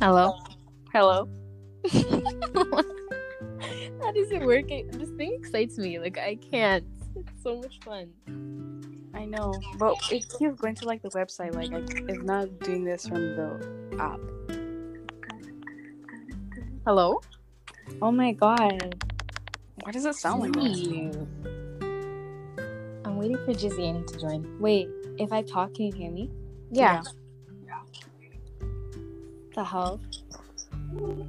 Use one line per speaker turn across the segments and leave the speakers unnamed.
Hello. Hello. that isn't working. This thing excites me. Like I can't. It's so much fun.
I know, but if you're going to like the website, like I, it's not doing this from the app.
Hello.
Oh my god, why does it sound like that?
I'm waiting for Jizzy Annie to join. Wait, if I talk, can you hear me?
Yeah.
The hell?
Oh.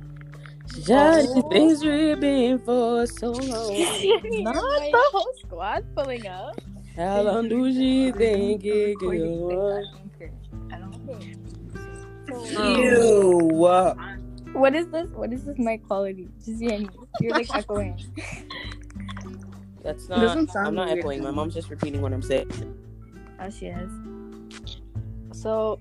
Johnny's been dreaming for so long.
Not
my-
the whole squad pulling up.
How long do she think it could work?
Oh.
Ew.
What is this? What is this mic quality? Jizzy Annie, you're like echoing.
That's
Doesn't
not.
sound
I'm not
weird.
echoing. My mom's just repeating what I'm saying.
Oh, she is. So,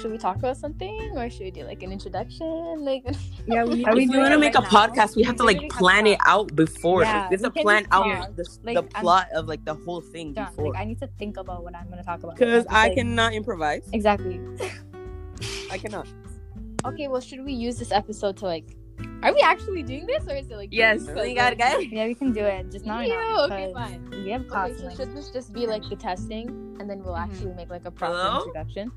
should we talk about something, or should we do like an introduction? Like,
Yeah, we,
If we
doing
want to
it
make a
right now?
podcast, we have to like plan it out before.
Yeah,
Like, there's
we
a
can
plan
just talk.
out the,
Like,
the
I'm-
plot of like the whole thing
John,
before.
like I need to think about what I'm gonna talk about.
Because I
Like,
cannot improvise.
exactly.
I cannot.
Okay, well, should we use this episode to like? Are we actually doing this, or is it like?
we got guys.
Yeah, we can do it. Just now.
Yeah,
not
okay,
because
fine.
We have class.
Okay, so
like,
should this just be like the testing, and then we'll
Mhm.
actually make like a proper
Hello?
introduction?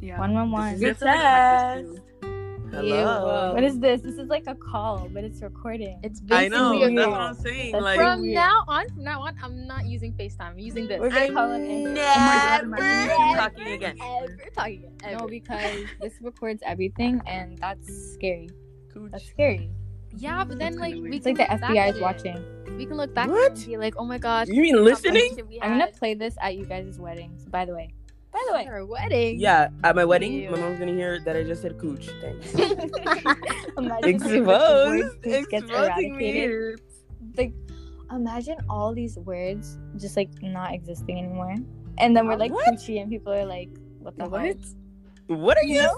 yeah. One one one.
This is Good test.
Hello.
Hello.
What is this? This is like a call, but it's recording.
It's basically
I know.
a
That's
weird.
what I'm saying.
That's
Like,
From
Weird.
now on, from now on, I'm not using FaceTime. I'm using this.
We're gonna
I'm
call it Oh in.
Oh never talking again.
Ever talking again.
No,
Ever.
because this records everything, and that's scary. That's scary.
yeah, but then
That's
like we
kinda weird. it's
can
like the
look back
FBI is
at it.
watching.
We can look back at
What?
it and be like, oh my gosh.
You mean
how much
listening?
shit we
I'm gonna
had
play this at you guys' weddings. By the way, by
at our wedding.
Yeah, at my wedding,
Ew.
my mom's gonna hear that I just said cooch. Thanks.
imagine if the word
Exposed.
cooch gets
Exposing
eradicated.
me.
Like, imagine all these words just like not existing anymore, and then we're like
What?
coochie, and people are like, "What the
What?
hell?"
What are you?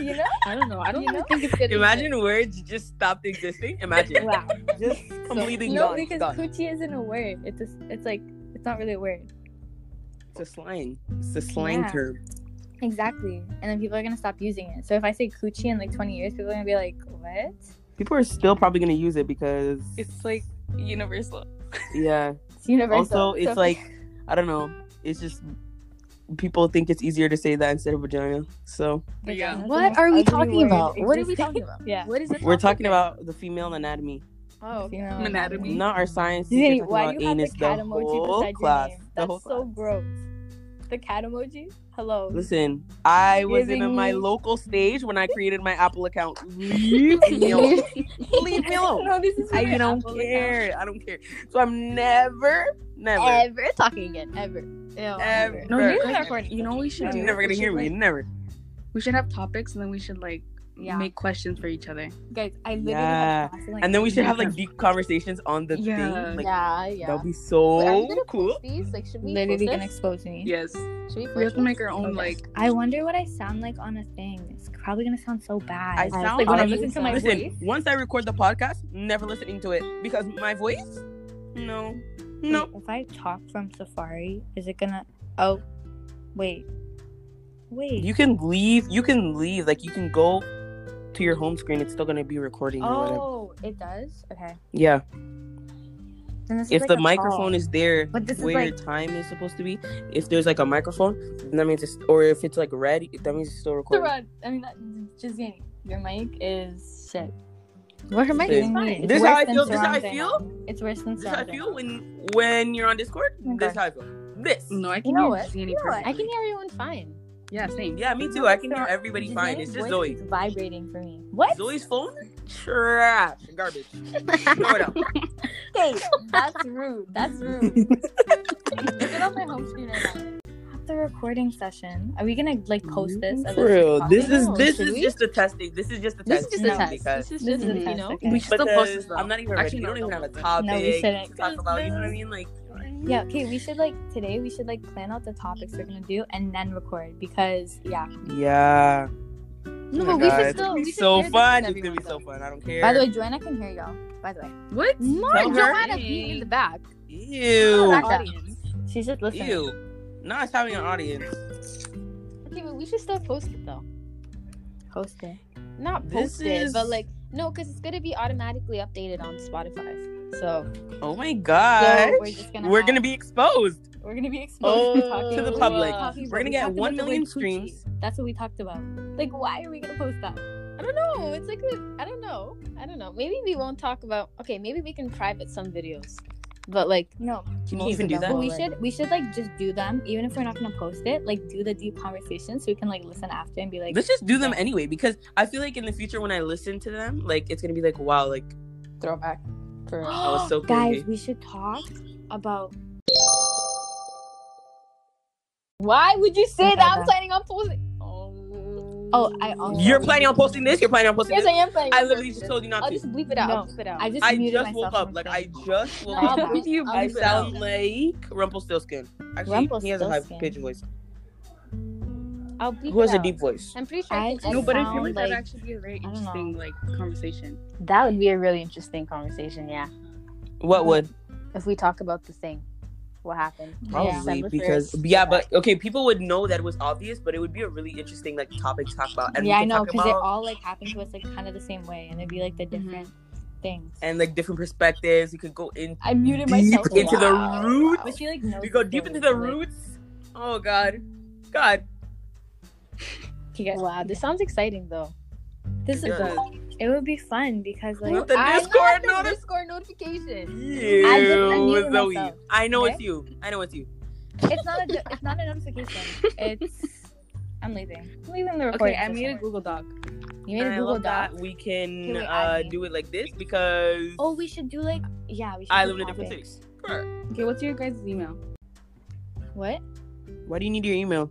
You know?
I don't know. I don't
You
even
know?
think it's good.
Imagine words just stopped existing. Imagine.
Wow.
just completely
no,
gone.
because
gone.
coochie isn't a word. It's a, it's like it's not really a word.
It's a slang. It's a slang
Yeah.
term.
Exactly. And then people are gonna stop using it. So if I say coochie in like 20 years, people are gonna be like, "What?"
People are still probably gonna use it because
It's like universal.
yeah.
It's universal.
Also, it's
So-
like I don't know. It's just people think it's easier to say that instead of vagina. So
Yeah.
That's
What
the
are we
most ugly
talking
word
about? What are we
existing.
talking about?
Yeah.
What is it?
we're talking about the female anatomy,
Oh, okay.
Female
Anatomy.
not our science.
Zini,
teacher talking
why
about
do you have the
anus
cat emoji
whole
beside
class.
your name?
The
That's
whole
so
class.
gross. The cat emoji? Hello.
Listen, I was in
Giving
my
me-
local stage when I created my Apple account. Leave me alone. Leave me alone.
no, this is
I
weird.
don't
Apple account.
care. I don't care. So I'm never, never,
Ever talking again? Ever? Ew.
ever.
No,
Bruh.
you like, you know what we should do?
You're never gonna
We
hear
should,
me.
like-
Never.
we should have topics and then we should like
Yeah.
make questions for each other.
Guys, I literally
Yeah.
have class in, like,
And then we should have
Yeah.
like deep conversations on the
Yeah.
thing. Like
yeah, yeah.
that'll be
Wait, are we
so
gonna
cool.
post These? Like, should we
literally
post
gonna
this?
expose me.
Yes.
Should we,
We
post
have to
this?
make our own
Okay.
like
I wonder what I sound like on a thing. It's probably gonna sound so bad.
I sound
like when I
ugly.
listen to my
Listen,
voice.
once I record the podcast, never listening to it because my voice. No, no.
Wait, If I talk from Safari, is it gonna? Oh, wait, wait.
You can leave. You can leave. Like you can go to your home screen. It's still gonna be recording or whatever.
oh, it does. Okay.
Yeah.
Then this is
If
like
the
a
microphone
call.
is there
But this is
where your
like
time is supposed to be, if there's like a microphone, then that means it's or if it's like red, that means it's still recording.
Sarah, I mean, that, Jazini, your mic is shit.
What am I
Listen,
doing?
It's
This is how
worse
I
than
feel. This is how I
surround
feel.
sound. It's worse than
This is how I
surround
feel
sound.
when when you're on Discord. This is how I feel. This.
no, I can
know
hear
what?
Zany
You know what? I
perfectly.
can hear everyone fine.
Yeah, same.
Yeah, me too. I can hear everybody
Jazini's
fine. It's just
voice
Zoe.
is vibrating for me. What?
Zoe's phone? Trash. Garbage. Throw it out.
Okay, that's rude. That's rude. Get on my home screen right now. After recording session, are we gonna like post this? as a
Mm-hmm. For real.
podcast?
This is
No,
this
should
is
we?
just a testing. This is just a
This
test.
is just a
No,
test.
Because,
This is
This
just,
is a
you
test,
know.
okay.
We should still
because
post this though.
I'm not even ready.
Actually,
we
no,
don't even
no,
have a
no.
topic
No, we shouldn't.
to talk about. You know what I mean? Like
Yeah, okay, we should like today we should like plan out the topics we're gonna do and then record because yeah.
Yeah. Oh
No, but we should still. We should
so
share this
fun.
with
It's
everyone,
gonna be so
though.
fun. I don't care.
By the way, Joanna can hear y'all. By the way.
What?
Not
Tell her.
Joanna being in the back.
Ew.
Not audience.
She's just listening.
Ew. Now it's having an audience.
Okay, but we should still post it though.
Host it.
not
This
posted, but
is-
like no, because it's gonna be automatically updated on Spotify. So
Oh my god.
we're just gonna
We're
have-
gonna be exposed.
We're gonna be exposed
Oh,
talking
to the
about
public.
coffee,
We're
but
gonna
we
get
talked about
1
the
million
word coochie.
streams.
That's what we talked about. Like, why are we gonna post that?
I don't know. It's like a, I don't know. I don't know. Maybe we won't talk about. Okay, maybe we can private some videos, but like
No,
Can you
Most
even
of
do
them
that?
but we
like-
should we should like just do them even if we're not gonna post it. Like, do the deep conversation so we can like listen after and be like,
Let's just do them anyway because I feel like in the future when I listen to them, like it's gonna be like wow, like
throwback for
I was so
guys,
crazy.
we should talk about
Why would you say
Okay,
that? I'm
then.
planning on posting. Oh,
Oh, I also-
You're planning on posting this. You're planning on posting
Yes, I
this.
am planning.
I
on posting
literally just
this.
told you not
I'll
to.
just bleep it out.
No,
I'll bleep it out.
I just
I
muted
just woke
myself
up.
from
Like I
saying-
just woke
No,
up.
I'll bleep
you
it out.
I sound like Rumpelstiltskin. Actually, he has a high
Rumpelstiltskin.
pitch voice.
I'll bleep
Who has
it
a
out.
deep voice?
I'm pretty sure.
I
I
just
can
No, but I
sound
feel like
like
that'd actually be a very
I don't know.
interesting like conversation.
that would be a really interesting conversation. Yeah,
What would?
if we talk about the thing, what happened?
Probably
December
because
1st.
yeah, but okay, people would know that was obvious, but it would be a really interesting like topic to talk about. And
yeah,
we
I
can
know
talk
because it
about Mm-hmm.
all like happened to us like kind of the same way, and it'd be like the different things.
and like different perspectives. We could go in
I muted
deep
myself a
into the
lot.
roots.
But she like knows.
We go
the
deep
story,
into the
like-
roots. Oh god, God.
Okay, guys.
wow, this sounds exciting though.
This is
It does.
it would be fun because like
With the
I
Discord
got the
notice.
Discord notification.
Ew,
I just unmuted
Zoe.
myself.
I know it's
Okay?
you. I know it's you.
it's not a it's not a notification. It's I'm leaving. I'm leaving the recording.
Okay, I made a
system.
Google Doc.
You made
And
a
I
Google
love
Doc.
that we can,
Can we
uh,
add me?
do it like this because
Oh, we should do like yeah. We should
I
do
live in a different
topic.
cities. Sure.
Okay, what's your guys' email?
What?
Why do you need your email?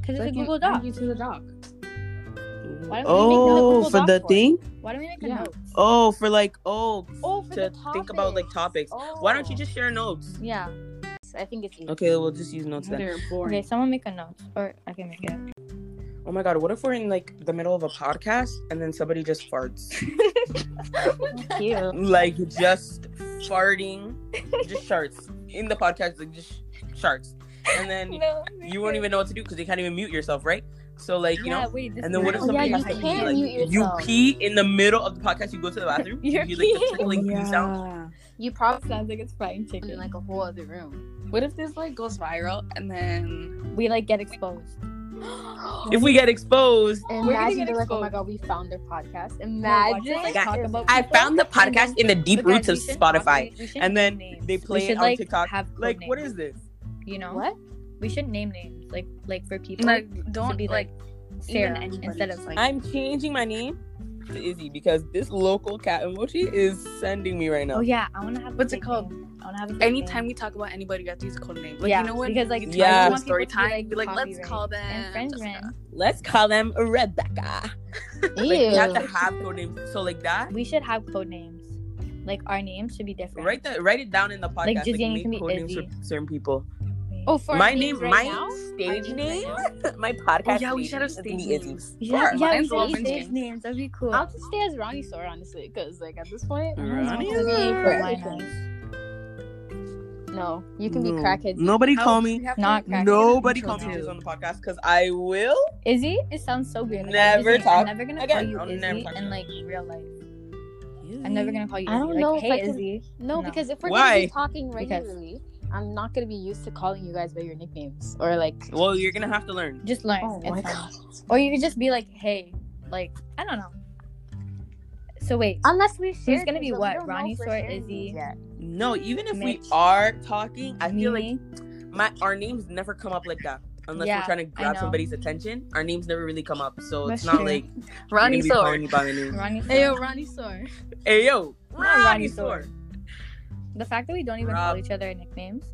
Because
So
it's
I
a
can
Google
add
Doc.
You to the doc.
Why don't we make another Google Doc for it? Why don't we make a
Yeah.
note?
Oh, for like oh,
Oh, for
to
the
think about like topics.
Oh.
Why don't you just share notes?
Yeah.
I think it's easy.
Okay, we'll just use notes then.
They're boring.
Okay, someone make a note, or I can make it.
Oh my god, what if we're in like the middle of a podcast and then somebody just farts?
Cute.
like just farting, just sharts in the podcast, like just sharts, and then
No,
you won't even know what to do because you can't even mute yourself, right? So like you
yeah,
know,
wait, this
and then what if
is-
somebody
Oh, yeah,
has
you
to
can't
pee?
mute
Like, you
yourself.
pee in the middle of the podcast, you go to the bathroom, you
You're
hear like the
peeing.
trickling pee sound.
You probably
Sounds like it's frying
in
chicken.
like a whole other room.
What if this like goes viral and then
we like get exposed.
If we get exposed,
Imagine
We're gonna get
they're like, oh my
exposed.
god, we found their podcast.
watch
Imagine
us, like,
like,
talk
they're-
about-
I found the podcast in the deep
But guys,
roots of
we should
Spotify.
probably- we should
and then
name names.
they play
We
it
should,
on
like,
TikTok.
Have code
Like, what
names,
is this?
you know?
what?
We should name names like like for people.
like
to
don't
be,
like
like, Sarah
anybody.
instead of like
I'm changing my name to Izzy because this local cat emoji is sending me right now.
Oh yeah, I want to have. a
What's it
fake
called?
name. I want to have. A fake
anytime
name.
we talk about anybody, we have to use a code name. Like
Yeah,
you know what?
because, like,
you
I don't
yeah,
want
story
people to be,
time. Be
like,
like, let's
copyright
call them.
Infringement.
Let's call them Rebecca. Like, you have to have code names. So like that.
We should have code names. Like our names should be different.
Write that. Write it down in the podcast.
Like, Jizzy
make
can be
code names
Izzy.
for certain people.
Oh, for
my
our
name,
names right
my
now?
stage
Our names
name,
right
my podcast.
Oh, yeah, we
name
should have
is
stage
gonna be Izzy.
names.
Yeah,
Sure,
yeah, we
mine's all
should use
French
stage
names.
names. That'd be cool.
I'll just stay as Ronnie Sora, honestly, because like at this point, I don't know
Ronnie
what to name for
Sora.
Why
everything.
not?
No, you can be crackhead.
Nobody
How-
call
we
me.
have
Not
to-
crack-
Nobody
Intro
call me
too.
Jizz on the podcast because I will.
Izzy, it sounds so weird. Like,
Never
Izzy, I'm
talk-
never gonna
again,
call you
I'll
Izzy
never talk to
in
you.
like real life. I'm never gonna call you.
I don't
Izzy.
know if
Like,
I
hey,
can-
Izzy.
No,
No.
because if we're
Why?
gonna be talking
Because-
regularly, I'm not gonna be used to calling you guys by your nicknames or like.
Well, you're gonna have to learn.
Just learn.
Oh
It's
my
fine.
god!
Or you could just be like, hey, like I don't know. So wait,
Unless we share,
gonna
these,
be
but we
what?
don't know
Ronnie
if we're
Sora,
sharing
Izzy?
these yet.
No, even if
Mitch.
we are talking, I feel like
Mimi,
my our names never come up like that unless
Yeah,
we're trying to
I
grab
know.
somebody's attention. Our names never really come up, so
That's
it's not
true.
like
Ronnie
you're gonna be
Sor.
calling me by my name.
Ronnie.
Hey, yo,
Sora.
Ronnie Sore.
Hey yo,
Not Ronnie
Ronnie Sor.
The fact that we don't even
Rob.
call each other our nicknames,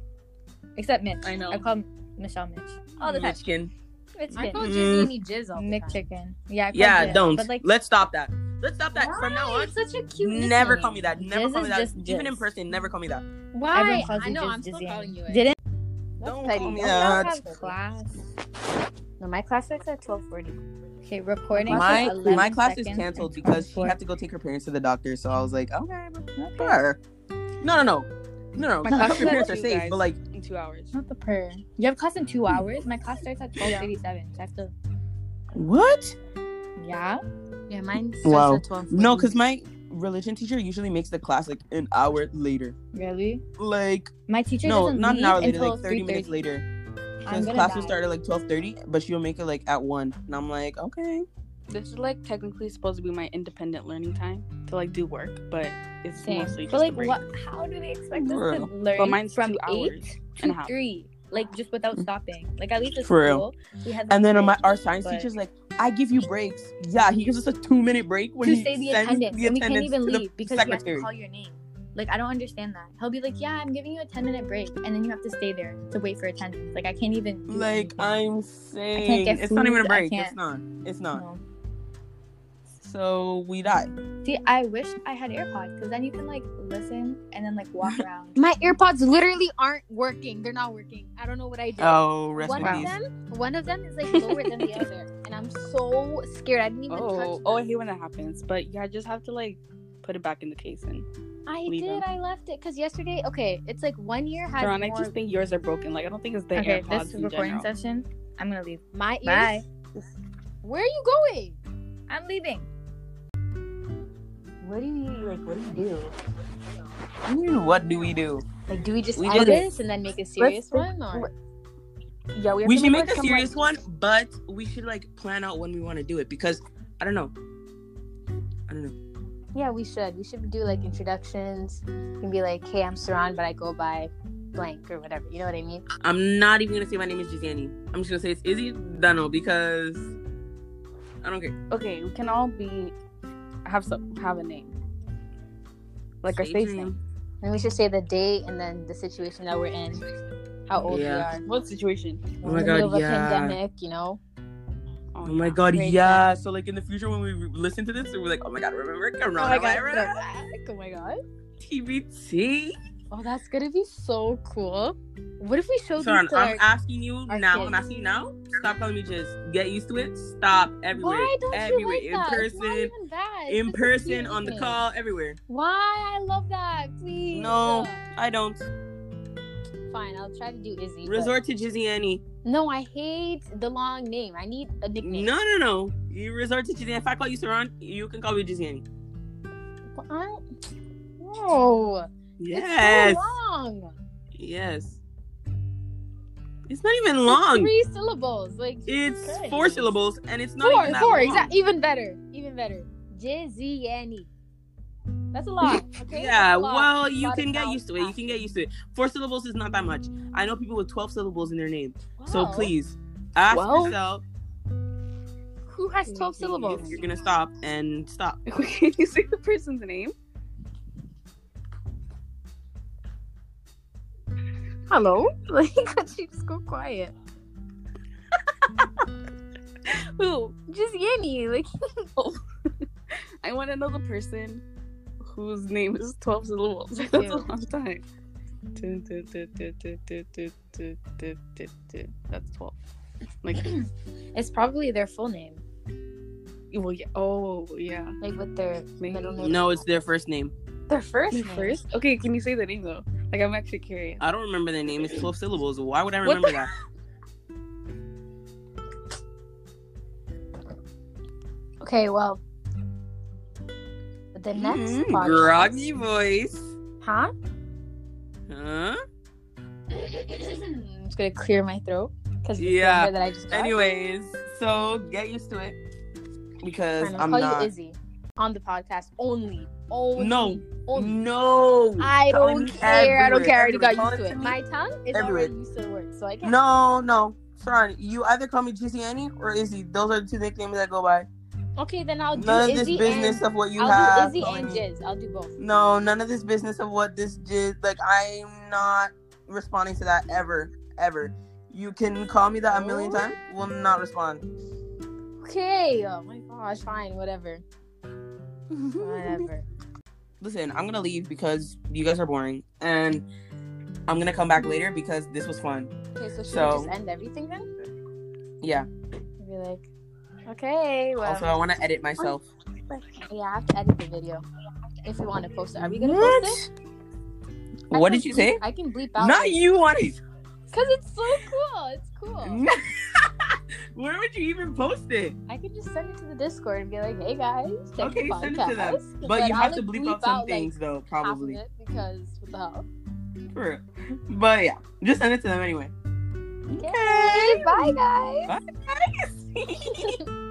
except Mitch.
I know.
I call Michelle Mitch all the time.
Michigan.
Mitch.
I
Mitch.
call
Mm.
Jizzy any jizz all the
Mick
time.
Chicken. Yeah. I call
Yeah,
Jizz.
don't.
But like,
Let's stop that. Let's stop that from now
Why?
on.
It's such a cute.
Never
nickname.
call me that. Never
Jizz
call me
is
that.
just
Even in
jizz.
person, never call me that.
Why?
Everyone calls
I
you
know.
Jizz
I'm still
Jizzy.
calling you. it.
didn't
That's
Don't
petty.
call me
Oh,
that.
have class.
No, my class starts at twelve forty.
Okay, recording. for
My
11
my class is
seconds
canceled
and
because she
24.
had to go take her parents to the doctor. So I was like, okay, sure. No, no, no, no, no.
My
I
class
hope
is
your
at
parents are
two,
safe,
guys.
but like,
in two hours.
Not the per. You have class in two hours. My class starts at twelve eighty seven. So I have to.
what?
Yeah.
Yeah, mine's
Wow.
starts at 12.
No, because my religion teacher usually makes the class like an hour later.
Really?
Like
My teacher
no,
doesn't
not
leave
an hour later,
until
like thirty minutes
3:30.
later.
I'm
Because
gonna
class will
die.
start at like twelve thirty, but she'll make it like at one, and I'm like, okay.
This is like technically supposed to be my independent learning time to like do work, but it's
Same.
mostly just
But
a
like,
break.
what? How do they expect us to
Girl.
learn
But mine's
from
two
eight
hours and a
to
half.
three? Like just without stopping. Like at least at
Mm. For real.
school, we had.
And then
like,
my our science
but-
teacher's like, I give you breaks. Yeah, he gives us a two minute break when
to
he
say the
sends
attendance,
the
and we can't
attendance
even
to the
leave because you have to
secretary.
call your name. Like I don't understand that. He'll be like, "Yeah, I'm giving you a ten minute break," and then you have to stay there to wait for attendance. Like I can't even. do
Like
anything.
I'm saying,
get
it's not even a
food, I
break. It's
can't-
not. It's not.
No.
So we die.
See, I wish I had AirPods because then you can like listen and then like walk around.
My AirPods literally aren't working. They're not working. I don't know what I did.
Oh, rest
one
in
of
peace.
them, one of them is like lower than the other, and I'm so scared. I didn't even
Oh,
touch.
oh, I
them.
hate when that happens. But yeah, I just have to like put it back in the case. And
I
leave
did.
them.
I left it because yesterday. Okay, it's like one year had
Ron, I
more-
just think yours are broken. Like I don't think it's the
okay,
AirPods
this
in
recording
general.
session, I'm gonna leave.
my ears.
Bye.
Where are you going?
I'm leaving.
What do you like? What do you do?
Ooh, What do we do?
Like, do we just
We
end
did it.
this and then make a serious one, or
Yeah, we, have
We
to
should make
like,
a
some, like-
serious one, but we should like plan out when we want to do it because I don't know. I don't know.
yeah, we should. We should do like introductions and be like, "Hey, I'm Saran, but I go by blank or whatever." You know what I mean?
I'm not even gonna say my name is Gianni. I'm just gonna say it's Izzy Dunno because I don't care.
okay, we can all be have some have a name. Like our
Stage
stage
name.
name.
And we should say the date and then the situation that we're in, how old
Yeah.
we are.
What situation?
We're
Oh my
in the
God,
middle of a
yeah.
pandemic, you know.
Oh my god, yeah. So like in the future when we re- listen to this, we're like, oh my god, remember coronavirus?
Oh my god.
TBT.
Oh, that's gonna be so cool. What if we showed
Sorry,
these to
I'm
our-
asking you
our
now.
kids.
I'm asking you now. Stop telling me just get used to it. Stop everywhere.
Why don't
everywhere.
you like
in
that? It's not
person.
even that. It's
In
just
person, on the
confusing.
call, everywhere.
Why? I love that. Please.
No. I don't.
Fine, I'll try to do Izzy. but-
Resort to Jizzy Annie.
No, I hate the long name. I need a nickname.
No, no, no. You resort to Jizzy. If I call you Saran, you can call me Jizzy Annie.
But I don't- No.
Yes.
It's so long.
yes. It's not even
It's
long.
three syllables. Like
It's
Christ.
four syllables, and it's not
four,
even that
four,
long.
exact. Even better. Even better. Jizzy Annie. That's a lot. Okay.
Yeah,
That's a lot.
well, you
Lot
can
of
get
vowels
used to it. You can get used to it. Four syllables is not that much. I know people with 12 syllables in their name. So
Wow.
please ask
Oh. Well,
yourself
Who has 12 syllables?
if you're going to stop and stop.
Can you say the person's name?
Hello? Like, she just go quiet.
Who?
Just Yanny. Like,
I want to know the person whose name is 12 syllables. That's a
Ew.
long time. Dun, dun, dun, dun, dun, dun, dun, dun, dun, dun, dun. That's 12. Like,
it's probably their full name,
well, yeah. Oh, yeah.
like with their
Maybe.
middle name.
No, it's their first name.
their first
The first? Okay, can you say the name though? Like, I'm actually curious.
I don't remember their name. It's 12 syllables. Why would I
What
remember that?
Okay, well, the next
Mm,
podcast-
groggy voice.
Huh?
Huh?
I'm just gonna clear my throat because
Yeah.
that I just got.
Anyways, so get used to it because
Fine, I'll
I'm
call
not.
you Izzy on the podcast only. Only.
No.
Only.
No.
I
Call
don't
me
care. I don't
everywhere,
care. I already got
everywhere.
used to
Call
it.
me
My tongue is
everywhere.
already used to the word, so I can't.
No, no. Sorry, you either call me Juicy Annie or Izzy. Those are the two nicknames I go by.
Okay, then I'll do
None of
Izzy
this business
and
of what you
I'll
have.
do Izzy
calling
and
me-
Jizz. I'll do both.
No, none of this business of what this jizz. Like I'm not responding to that ever, ever. You can call me that a million
Oh.
times. Will not respond.
Okay. Oh my gosh. Fine. Whatever. Whatever.
Listen, I'm gonna leave because you guys are boring, and I'm gonna come back later because this was fun.
Okay. So should
So-
we just end everything then?
Yeah.
Be like, okay. Well,
Also, I want to edit myself.
yeah. I have to edit the video if you want to post it. Are we gonna post it? I
What
can
did you
bleep-
say?
I can bleep out.
Not you want it.
Cause it's so cool. It's cool.
Where would you even post it?
I could just send it to the Discord and be like, "Hey guys, check
Okay,
the
send it to them.
podcast."
But you
I'll,
have to
like,
bleep out some
like,
things though,
half of
probably.
it because what the hell?
For real. But yeah, just send it to them anyway.
Okay, bye guys.
Bye.